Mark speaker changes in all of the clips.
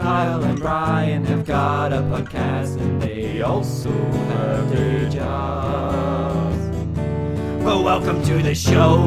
Speaker 1: Kyle and Brian have got a podcast and they also have day jobs. Well, welcome to the show.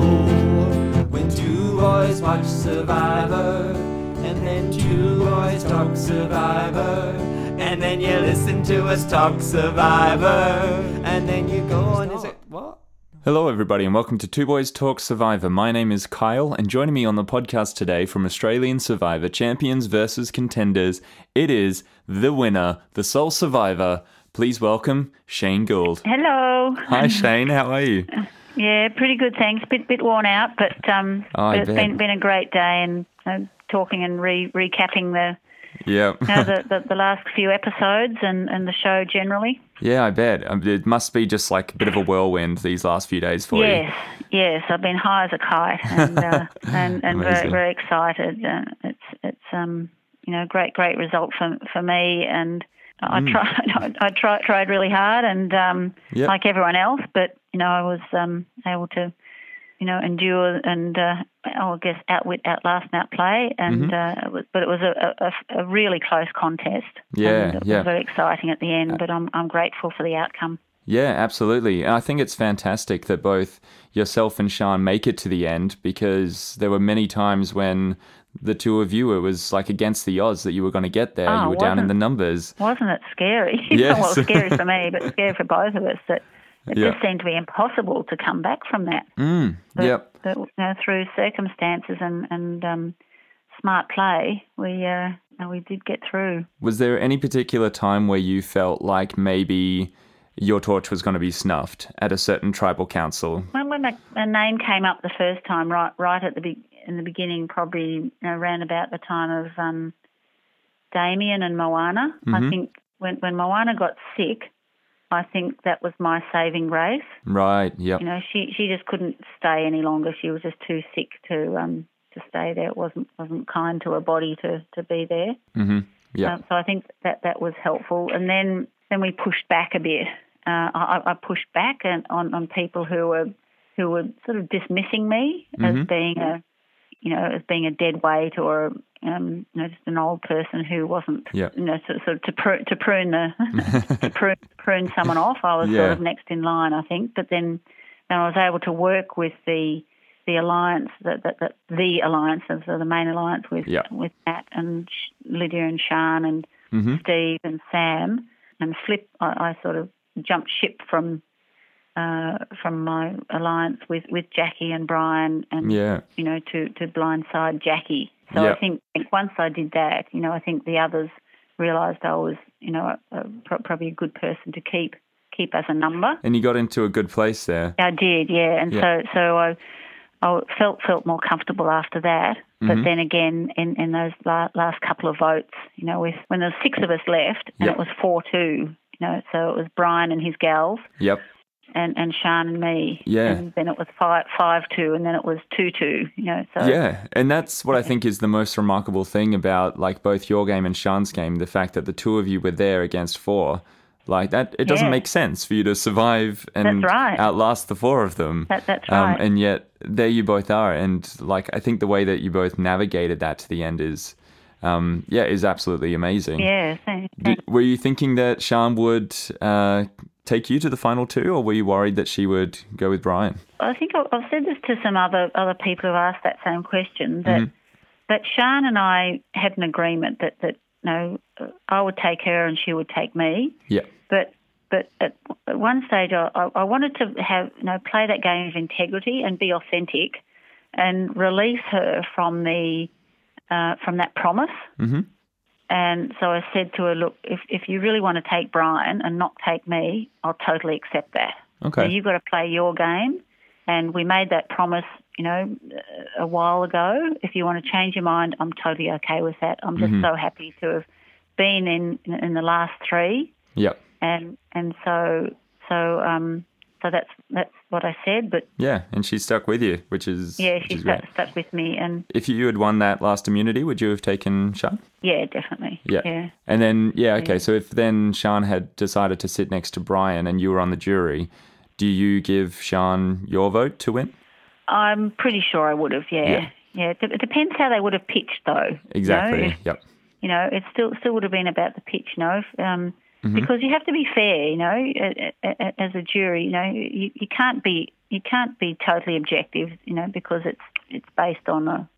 Speaker 1: When two boys watch Survivor, and then two boys talk Survivor, and then you listen to us talk Survivor, and then you go on. Is it what?
Speaker 2: Hello, everybody, and welcome to Two Boys Talk Survivor. My name is Kyle, and joining me on the podcast today from Australian Survivor Champions versus Contenders, it is the winner, the sole survivor. Please welcome Shane Gould.
Speaker 3: Hello.
Speaker 2: Hi, Shane. How are you?
Speaker 3: Yeah, pretty good. Thanks. Bit bit worn out, but um,
Speaker 2: Oh, I
Speaker 3: but it's
Speaker 2: bet.
Speaker 3: been been a great day and uh, talking and re- recapping the,
Speaker 2: Yeah.
Speaker 3: you know, the, the the last few episodes and, and the show generally.
Speaker 2: yeah, I bet. Um, It must be just like a bit of a whirlwind these last few days for you.
Speaker 3: Yes, yes. I've been high as a kite and uh, and, and very
Speaker 2: Amazing.
Speaker 3: very excited. Uh, it's it's um you know great great result for for me and. I tried. I, I tried, tried really hard, and um,
Speaker 2: Mm. Yep.
Speaker 3: like everyone else, but you know, I was um, able to, you know, endure and uh, I guess outwit, outlast, and outplay. And
Speaker 2: Mm-hmm.
Speaker 3: uh, it was, but it was a, a- a, a really close contest.
Speaker 2: Yeah,
Speaker 3: and it
Speaker 2: yeah.
Speaker 3: was very exciting at the end. But I'm I'm grateful for the outcome.
Speaker 2: Yeah, absolutely. And I think it's fantastic that both yourself and Sean make it to the end because there were many times when the two of you, it was like against the odds that you were going to get there.
Speaker 3: Oh,
Speaker 2: you were down in
Speaker 3: wasn't-
Speaker 2: the numbers.
Speaker 3: Wasn't it scary?
Speaker 2: Yes.
Speaker 3: well, scary for me, but scary for both of us. That it
Speaker 2: Yeah. Mm.
Speaker 3: just seemed to be impossible to come back from that. But,
Speaker 2: Yep.
Speaker 3: but you know, through circumstances and and um, smart play, we uh, we did get through.
Speaker 2: Was there any particular time where you felt like maybe your torch was going to be snuffed at a certain tribal council?
Speaker 3: When when my, my name came up the first time, right right at the be- in the beginning, probably you know, around about the time of um, Damien and Moana.
Speaker 2: Mm-hmm.
Speaker 3: I think when when Moana got sick, I think that was my saving grace.
Speaker 2: Right. Yep.
Speaker 3: you know, she she just couldn't stay any longer. She was just too sick to um to stay there. It wasn't wasn't kind to her body to to be there.
Speaker 2: hmm Yeah.
Speaker 3: Um, so I think that that was helpful. And then then we pushed back a bit. Uh, I, I I pushed back and on on people who were who were sort of dismissing me
Speaker 2: Mm-hmm.
Speaker 3: as being a you know as being a dead weight or um, you know just an old person who wasn't
Speaker 2: Yeah.
Speaker 3: you know sort, sort of to, pr- to prune the to prune, prune someone off. I was
Speaker 2: Yeah.
Speaker 3: sort of next in line, I think. But then then I was able to work with the the alliance, the, the, the, the alliance, and so the main alliance with
Speaker 2: Yeah.
Speaker 3: with Matt and Sh- Lydia and Sean and
Speaker 2: Mhm.
Speaker 3: Steve and Sam and Flip. I, I sort of jumped ship from uh, from my alliance with, with Jackie and Brian and
Speaker 2: Yeah.
Speaker 3: you know to to blindside Jackie. So
Speaker 2: Yeah.
Speaker 3: I think think once I did that, you know, I think the others realised I was you know a, a, pro- probably a good person to keep keep as a number.
Speaker 2: And you got into a good place there.
Speaker 3: I did, yeah, and
Speaker 2: Yeah.
Speaker 3: so so I, I felt felt more comfortable after that. But
Speaker 2: Mm-hmm.
Speaker 3: then again, in in those la- last couple of votes, you know, with when there was six of us left, and
Speaker 2: Yeah.
Speaker 3: it was four two, you know, so it was Brian and his gals,
Speaker 2: Yep.
Speaker 3: and and Sean and me,
Speaker 2: Yeah.
Speaker 3: and then it was five five two, and then it was two two, you know, so
Speaker 2: Yeah, and that's what I think is the most remarkable thing about like both your game and Sean's game, the fact that the two of you were there against four. Like that it doesn't
Speaker 3: Yeah.
Speaker 2: make sense for you to survive and
Speaker 3: That's right.
Speaker 2: outlast the four of them.
Speaker 3: That- that's
Speaker 2: Um,
Speaker 3: right.
Speaker 2: and yet there you both are and like I think the way that you both navigated that to the end is um, yeah, is absolutely amazing.
Speaker 3: yeah, so-
Speaker 2: Did, were you thinking that Sean would uh, take you to the final two or were you worried that she would go with Brian?
Speaker 3: I think I've I've said this to some other other people who've asked that same question that
Speaker 2: Mm-hmm.
Speaker 3: that Sean and I had an agreement that that you know, I would take her and she would take me,
Speaker 2: Yeah.
Speaker 3: but but at, at one stage I, I I wanted to have you know play that game of integrity and be authentic, and release her from the uh, from that promise. Mm-hmm. And so I said to her, look, if if you really want to take Brian and not take me, I'll totally accept that.
Speaker 2: Okay.
Speaker 3: So you've got to play your game. And we made that promise, you know, uh, a while ago. If you want to change your mind, I'm totally okay with that. I'm just so happy to have been in in the last three,
Speaker 2: Yep.
Speaker 3: and and so so um so that's that's what I said. But
Speaker 2: Yeah, and she stuck with you, which is
Speaker 3: yeah,
Speaker 2: which
Speaker 3: she
Speaker 2: is great.
Speaker 3: stuck, stuck with me, and
Speaker 2: If you had won that last immunity, would you have taken Sean?
Speaker 3: yeah, definitely,
Speaker 2: Yeah.
Speaker 3: yeah.
Speaker 2: And then yeah, okay. So if then Sean had decided to sit next to Brian and you were on the jury, do you give Sean your vote to win?
Speaker 3: I'm pretty sure I would have, yeah.
Speaker 2: Yeah.
Speaker 3: yeah. it de- it depends how they would have pitched, though. you know,
Speaker 2: Exactly.
Speaker 3: if-
Speaker 2: Yep.
Speaker 3: you know, it still still would have been about the pitch, no, um, because you have to be fair, you know, a- a- a- as a jury, you know, you, you can't be you can't be totally objective, you know, because it's it's based on a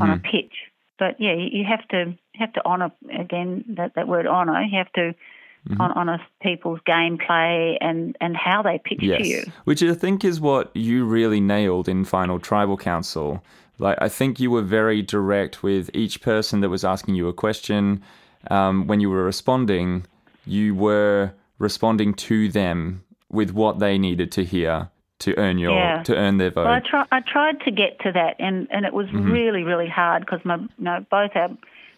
Speaker 3: on a pitch. But yeah, you, you have to have to honour again that that word honour. You have to hon honour people's gameplay and and how they pitch to you.
Speaker 2: Yes. Which I think is what you really nailed in Final Tribal Council. Like, I think you were very direct with each person that was asking you a question. Um, when you were responding, you were responding to them with what they needed to hear to earn your
Speaker 3: Yeah.
Speaker 2: to earn their vote.
Speaker 3: Well, I, try, I tried to get to that, and, and it was
Speaker 2: Mm-hmm.
Speaker 3: really, really hard because my, you know, both our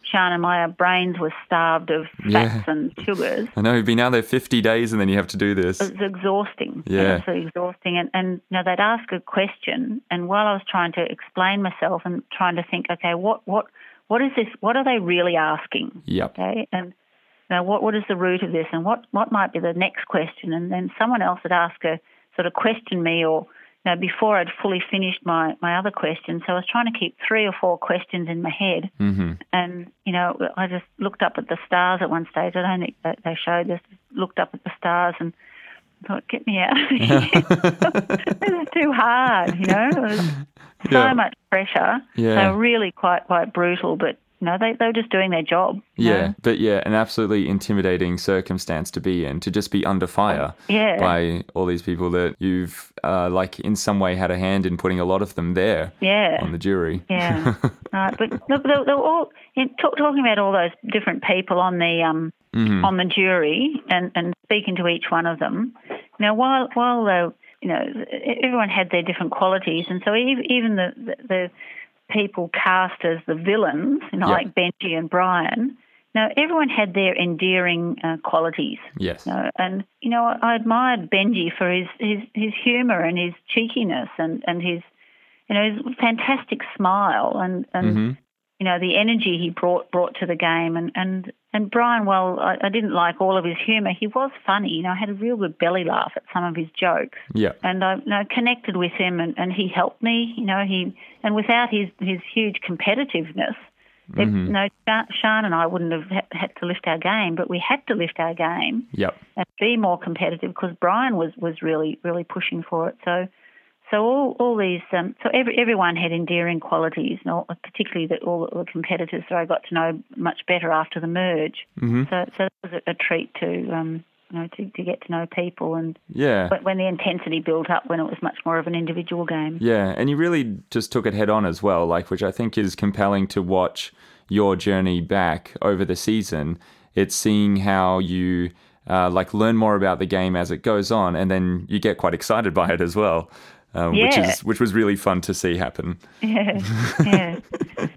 Speaker 3: Sean and my our brains were starved of
Speaker 2: Yeah.
Speaker 3: fats and sugars.
Speaker 2: I know you've been out there 50 days and then you have to do this.
Speaker 3: It was exhausting.
Speaker 2: Yeah.
Speaker 3: It was absolutely exhausting. And, and you know, they'd ask a question, and while I was trying to explain myself and trying to think, okay, what, what, what is this? What are they really asking?
Speaker 2: Yep.
Speaker 3: Okay, and now what, what is the root of this, and what, what might be the next question? And then someone else would ask a sort of question me, or you know, before I'd fully finished my, my other question, so I was trying to keep three or four questions in my head. Mm-hmm. And you know, I just looked up at the stars at one stage. I don't think that they showed this. Looked up at the stars and thought, "Get me out! of here. this is too hard." You know, it was so
Speaker 2: Yeah.
Speaker 3: much pressure.
Speaker 2: Yeah.
Speaker 3: So really, quite quite brutal. But you know, they they were just doing their job. you
Speaker 2: Yeah,
Speaker 3: know.
Speaker 2: but yeah, an absolutely intimidating circumstance to be in, to just be under fire
Speaker 3: Yeah.
Speaker 2: by all these people that you've, uh, like, in some way had a hand in putting a lot of them there
Speaker 3: Yeah.
Speaker 2: on the jury.
Speaker 3: Yeah, right. But look, they, they were all you know, talk, talking about all those different people on the um,
Speaker 2: Mm-hmm.
Speaker 3: on the jury and, and speaking to each one of them. Now, while while though you know everyone had their different qualities, and so ev- even the the, the people cast as the villains, you know,
Speaker 2: Yeah.
Speaker 3: like Benji and Brian. Now, everyone had their endearing uh, qualities.
Speaker 2: Yes.
Speaker 3: No, and you know, I, I admired Benji for his his, his humour and his cheekiness and and his you know his fantastic smile and and you know the energy he brought brought to the game and and and Brian. Well, I, I didn't like all of his humour. He was funny. You know, I had a real good belly laugh at some of his jokes
Speaker 2: Yeah.
Speaker 3: and I you know, connected with him, and, and he helped me. You know, he and without his his huge competitiveness, it, you know, Sha- Sean and I wouldn't have ha- had to lift our game, but we had to lift our game
Speaker 2: Yep.
Speaker 3: and be more competitive because Brian was was really really pushing for it. So. So all, all these um, so every, everyone had endearing qualities, and all, particularly the, all the competitors that I got to know much better after the merge. So, so that was a, a treat to um, you know to, to get to know people and
Speaker 2: Yeah.
Speaker 3: but when the intensity built up, when it was much more of an individual game.
Speaker 2: Yeah, and you really just took it head on as well, like which I think is compelling to watch your journey back over the season. It's seeing how you uh, like learn more about the game as it goes on, and then you get quite excited by it as well, um, which
Speaker 3: Yeah.
Speaker 2: is which was really fun to see happen.
Speaker 3: Yeah, yeah,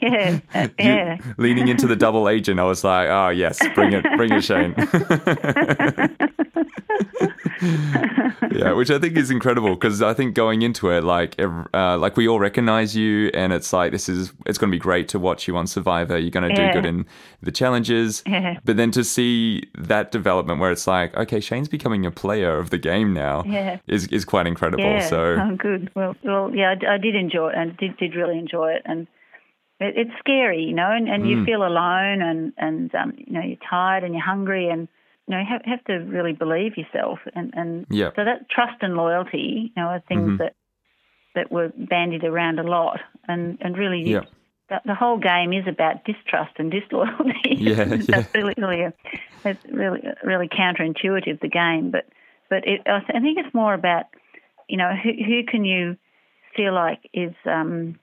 Speaker 3: yeah, uh, yeah.
Speaker 2: You- leaning into the double agent, I was like, oh yes, bring it, bring it, Shane. yeah, which I think is incredible because I think going into it, like, ev- uh, like we all recognize you, and it's like this is it's going to be great to watch you on Survivor. You're going to
Speaker 3: Yeah.
Speaker 2: do good in the challenges,
Speaker 3: Yeah.
Speaker 2: but then to see that development where it's like, okay, Shane's becoming a player of the game now,
Speaker 3: Yeah.
Speaker 2: is is quite incredible.
Speaker 3: yeah.
Speaker 2: So
Speaker 3: oh, good. Well, well, yeah, I d- I, did enjoy it and did did really enjoy it, and it, it's scary, you know, and, and
Speaker 2: Hmm.
Speaker 3: you feel alone, and and um, you know you're tired and you're hungry, and you know you have, have to really believe yourself, and and
Speaker 2: Yep. Mm-hmm.
Speaker 3: so that trust and loyalty, you know, are things that that were bandied around a lot, and and really
Speaker 2: yeah,
Speaker 3: the, the whole game is about distrust and disloyalty.
Speaker 2: Yeah, yeah.
Speaker 3: that's really, really, a, that's really, really counterintuitive. The game, but but it, I th- I think it's more about you know who who can you feel like is um,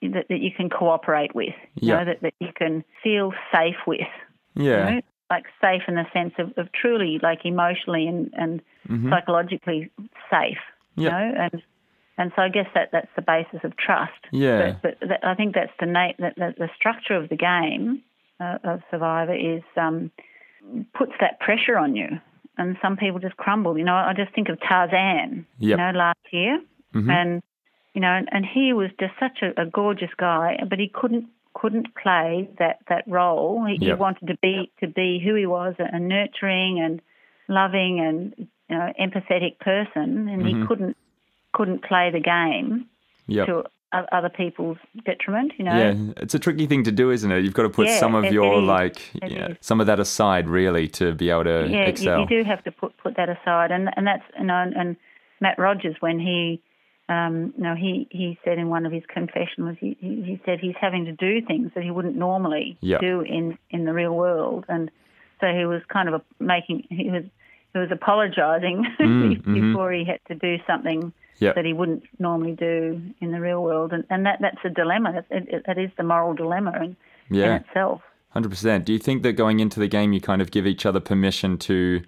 Speaker 3: that, that you can cooperate with, you
Speaker 2: Yeah.
Speaker 3: know, that, that you can feel safe with, you
Speaker 2: yeah,
Speaker 3: know, like safe in the sense of, of truly like emotionally and, and
Speaker 2: Mm-hmm.
Speaker 3: psychologically safe, you
Speaker 2: Yeah.
Speaker 3: know, and and so I guess that that's the basis of trust.
Speaker 2: Yeah.
Speaker 3: But, but that, I think that's the na- that, that the structure of the game uh, of Survivor is um, puts that pressure on you, and some people just crumble. You know, I just think of Tarzan,
Speaker 2: Yep. Mm-hmm.
Speaker 3: you know, last year, and you know, and, and he was just such a, a gorgeous guy, but he couldn't couldn't play that that role. He, he
Speaker 2: Yep.
Speaker 3: wanted to be to be who he was, a, a nurturing and loving and you know empathetic person, and he couldn't couldn't play the game
Speaker 2: yeah,
Speaker 3: to o- other people's detriment. You know,
Speaker 2: Yeah, it's a tricky thing to do, isn't it? You've got to put
Speaker 3: Yeah,
Speaker 2: some of
Speaker 3: it
Speaker 2: your
Speaker 3: is.
Speaker 2: like
Speaker 3: It
Speaker 2: yeah,
Speaker 3: is.
Speaker 2: some of that aside really to be able to
Speaker 3: yeah, you,
Speaker 2: excel.
Speaker 3: you do have to put put that aside, and and that's you know, and, and Matt Rogers when he, um, you know, he he said in one of his confessionals, he he he said he's having to do things that he wouldn't normally
Speaker 2: Yeah.
Speaker 3: do in in the real world, and so he was kind of a, making he was he was apologising before he had to do something.
Speaker 2: Mm, mm-hmm. Yeah.
Speaker 3: That he wouldn't normally do in the real world, and, and that that's a dilemma. That's- It, it, that is the moral dilemma in,
Speaker 2: Yeah.
Speaker 3: in itself.
Speaker 2: Hundred percent. Do you think that going into the game, you kind of give each other permission to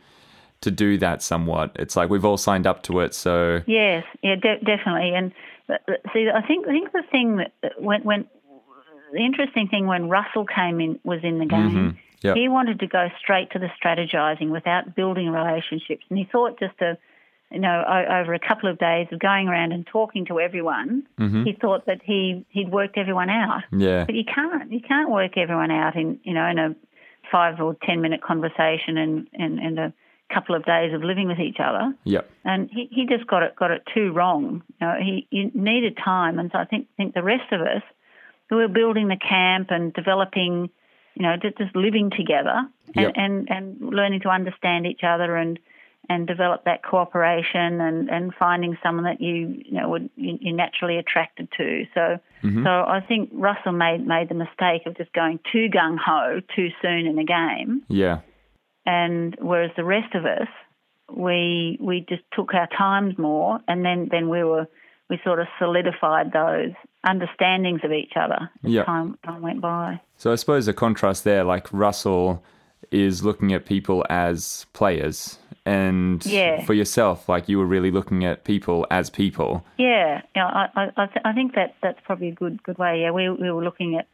Speaker 2: to do that somewhat? It's like we've all signed up to it, so
Speaker 3: Yes, yeah, de- definitely. And uh, uh, see, I think I think the thing that that when when the interesting thing when Russell came in was in the game,
Speaker 2: yeah,
Speaker 3: he wanted to go straight to the strategizing without building relationships, and he thought just a you know o- over a couple of days of going around and talking to everyone, he thought that he he'd worked everyone out.
Speaker 2: yeah,
Speaker 3: But you can't you can't work everyone out in you know in a five or ten minute conversation and and, and a couple of days of living with each other
Speaker 2: yeah,
Speaker 3: and he, he just got it got it too wrong. You know, he, he needed time, and so I think think the rest of us who were building the camp and developing, you know, just, just living together and,
Speaker 2: Yep.
Speaker 3: and and learning to understand each other and and develop that cooperation and, and finding someone that you you know would you, you're naturally attracted to. So so I think Russell made made the mistake of just going too gung ho too soon in a game
Speaker 2: yeah,
Speaker 3: and whereas the rest of us, we we just took our times more, and then then we were we sort of solidified those understandings of each other as
Speaker 2: Yeah.
Speaker 3: time time went by.
Speaker 2: So I suppose a contrast there, like Russell is looking at people as players, and
Speaker 3: Yeah.
Speaker 2: for yourself, like you were really looking at people as people.
Speaker 3: Yeah, yeah, I I, I, th- I think that that's probably a good good way. Yeah, we we were looking at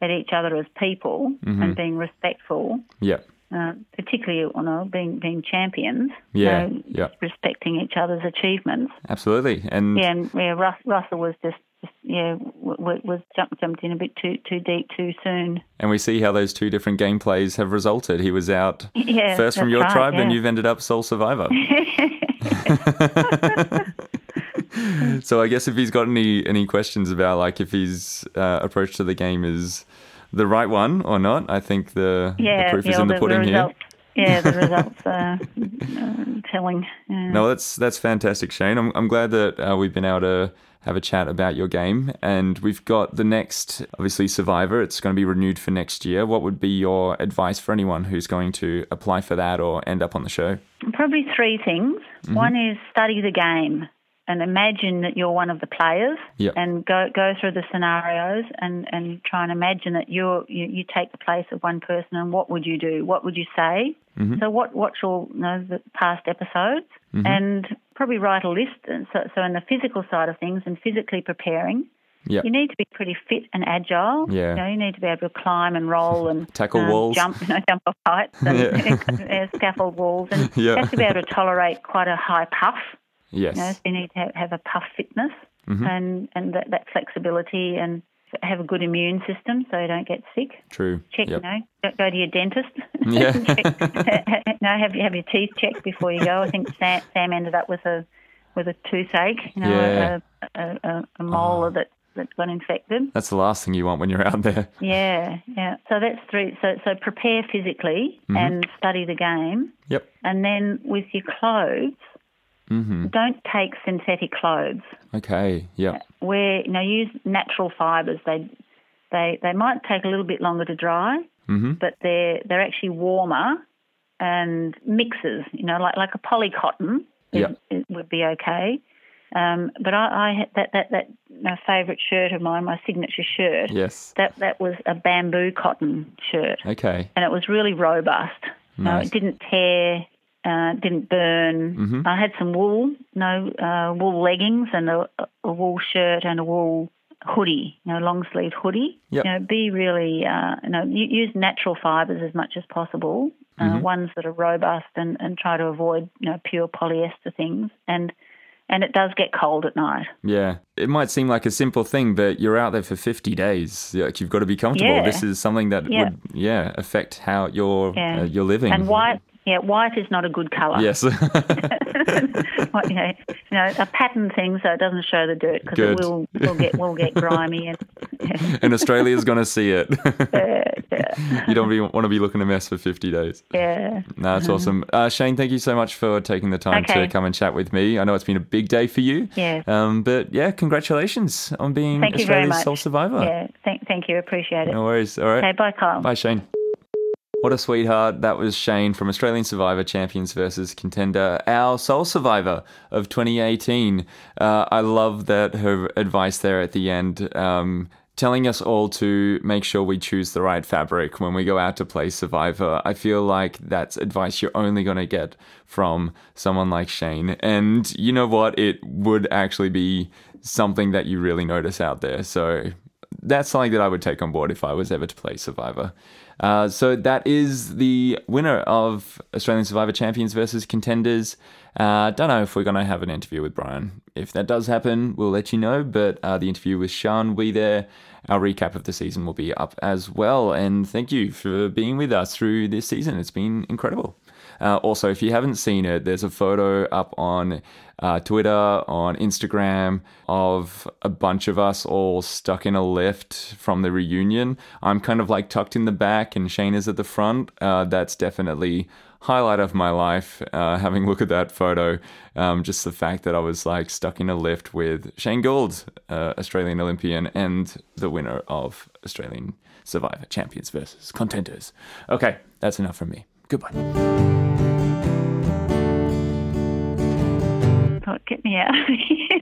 Speaker 3: at each other as people
Speaker 2: Mm-hmm.
Speaker 3: and being respectful,
Speaker 2: Yeah,
Speaker 3: uh, particularly you know being being champions.
Speaker 2: Yeah,
Speaker 3: so
Speaker 2: yeah.
Speaker 3: respecting each other's achievements.
Speaker 2: absolutely, and
Speaker 3: Yeah, and yeah, Rus- Russell was just, just yeah, w- w- was jumped jumped in a bit too too deep too soon.
Speaker 2: and we see how those two different gameplays have resulted. He was out
Speaker 3: Yeah,
Speaker 2: first from
Speaker 3: that's
Speaker 2: your
Speaker 3: right,
Speaker 2: tribe, and
Speaker 3: yeah.
Speaker 2: you've ended up sole survivor. so I guess if he's got any any questions about like if his uh, approach to the game is the right one or not, I think the, the
Speaker 3: Yeah,
Speaker 2: proof
Speaker 3: yeah,
Speaker 2: is in the,
Speaker 3: the,
Speaker 2: pudding here.
Speaker 3: results. Yeah, the results are uh, telling. Yeah.
Speaker 2: No, that's that's fantastic, Shane. I'm I'm glad that uh, we've been able to have a chat about your game, and we've got the next obviously Survivor. It's going to be renewed for next year. What would be your advice for anyone who's going to apply for that or end up on the show?
Speaker 3: Probably three things. One is study the game and imagine that you're one of the players
Speaker 2: Yeah.
Speaker 3: and go, go through the scenarios and, and try and imagine that you're, you, you take the place of one person and what would you do? What would you say? So what, watch all you know, the past episodes and probably write a list. And so, so in the physical side of things and physically preparing,
Speaker 2: Yeah,
Speaker 3: you need to be pretty fit and agile.
Speaker 2: Yeah.
Speaker 3: You, know, you need to be able to climb and roll and um,
Speaker 2: Tackle walls.
Speaker 3: jump, you know, jump off heights and
Speaker 2: Yeah.
Speaker 3: yeah, scaffold walls, and
Speaker 2: Yeah.
Speaker 3: you have to be able to tolerate quite a high puff.
Speaker 2: yes,
Speaker 3: You, know, so you need to have, have a puff fitness
Speaker 2: Mm-hmm.
Speaker 3: and and that, that flexibility and have a good immune system so you don't get sick.
Speaker 2: true.
Speaker 3: Check,
Speaker 2: Yep.
Speaker 3: you know, go- go to your dentist.
Speaker 2: Yeah.
Speaker 3: check, no, have you have your teeth checked before you go. I think Sam, Sam ended up with a with a toothache, you know,
Speaker 2: Yeah. Ah.
Speaker 3: a, a, a, a molar that that got infected.
Speaker 2: That's the last thing you want when you're out there.
Speaker 3: Yeah, yeah. So that's three. So so prepare physically and study the game,
Speaker 2: Yep.
Speaker 3: and then with your clothes, don't take synthetic clothes.
Speaker 2: Okay. Yeah.
Speaker 3: Uh, Wear you know use natural fibres. They they they might take a little bit longer to dry, but they're they're actually warmer and mixes. You know, like like a polycotton is,
Speaker 2: Yep.
Speaker 3: it would be okay. Um, but I, I had that that that my favourite shirt of mine, my signature shirt.
Speaker 2: Yes.
Speaker 3: That that was a bamboo cotton shirt,
Speaker 2: Okay.
Speaker 3: and it was really robust. No,
Speaker 2: Nice. Mm-hmm.
Speaker 3: it didn't tear, uh, didn't burn. I had some wool, no uh, wool leggings, and a, a wool shirt and a wool hoodie, you know, long sleeve hoodie.
Speaker 2: Yep.
Speaker 3: You know, be really, uh, you know, u- use natural fibres as much as possible. Uh,
Speaker 2: Mm-hmm.
Speaker 3: Ones that are robust, and, and try to avoid, you know, pure polyester things. And and it does get cold at night.
Speaker 2: Yeah. It might seem like a simple thing, but you're out there for 50 days. Like you've got to be comfortable.
Speaker 3: Yeah.
Speaker 2: This is something that
Speaker 3: Yeah.
Speaker 2: would yeah affect how you're
Speaker 3: Yeah.
Speaker 2: uh, you're living.
Speaker 3: And white Yeah, white is not a good colour.
Speaker 2: Yes.
Speaker 3: What, you, know, you know, a pattern thing so it doesn't show the dirt because
Speaker 2: Good.
Speaker 3: it will will get will get grimy and
Speaker 2: and Australia's going to see it.
Speaker 3: yeah, yeah,
Speaker 2: you don't be, want to be looking a mess for 50 days.
Speaker 3: yeah.
Speaker 2: No, that's awesome. Uh, Shane, thank you so much for taking the time
Speaker 3: Uh-huh. Okay.
Speaker 2: to come and chat with me. I know it's been a big day for you.
Speaker 3: Yeah.
Speaker 2: Um, but yeah, congratulations on being
Speaker 3: Thank you very
Speaker 2: Australia's
Speaker 3: much.
Speaker 2: sole survivor.
Speaker 3: Yeah, thank thank you, appreciate it.
Speaker 2: No worries. All right.
Speaker 3: Okay, bye, Kyle.
Speaker 2: Bye, Shane. What a sweetheart. That was Shane from Australian Survivor Champions versus Contender, our sole survivor of 2018. Uh, I love that her advice there at the end, um, telling us all to make sure we choose the right fabric when we go out to play Survivor. I feel like that's advice you're only going to get from someone like Shane. And you know what? It would actually be something that you really notice out there. So that's something that I would take on board if I was ever to play Survivor. Uh, so that is the winner of Australian Survivor Champions versus Contenders. Uh, don't know if we're going to have an interview with Brian. If that does happen, we'll let you know. But uh, the interview with Sean will be there. Our recap of the season will be up as well. And thank you for being with us through this season. It's been incredible. Uh, also, if you haven't seen it, there's a photo up on uh, Twitter, on Instagram, of a bunch of us all stuck in a lift from the reunion. I'm kind of like tucked in the back, and Shane is at the front. Uh, that's definitely highlight of my life. Uh, having a look at that photo, um, just the fact that I was like stuck in a lift with Shane Gould, uh, Australian Olympian, and the winner of Australian Survivor Champions versus Contenders. Okay, that's enough from me. Goodbye.
Speaker 3: Oh, get me out.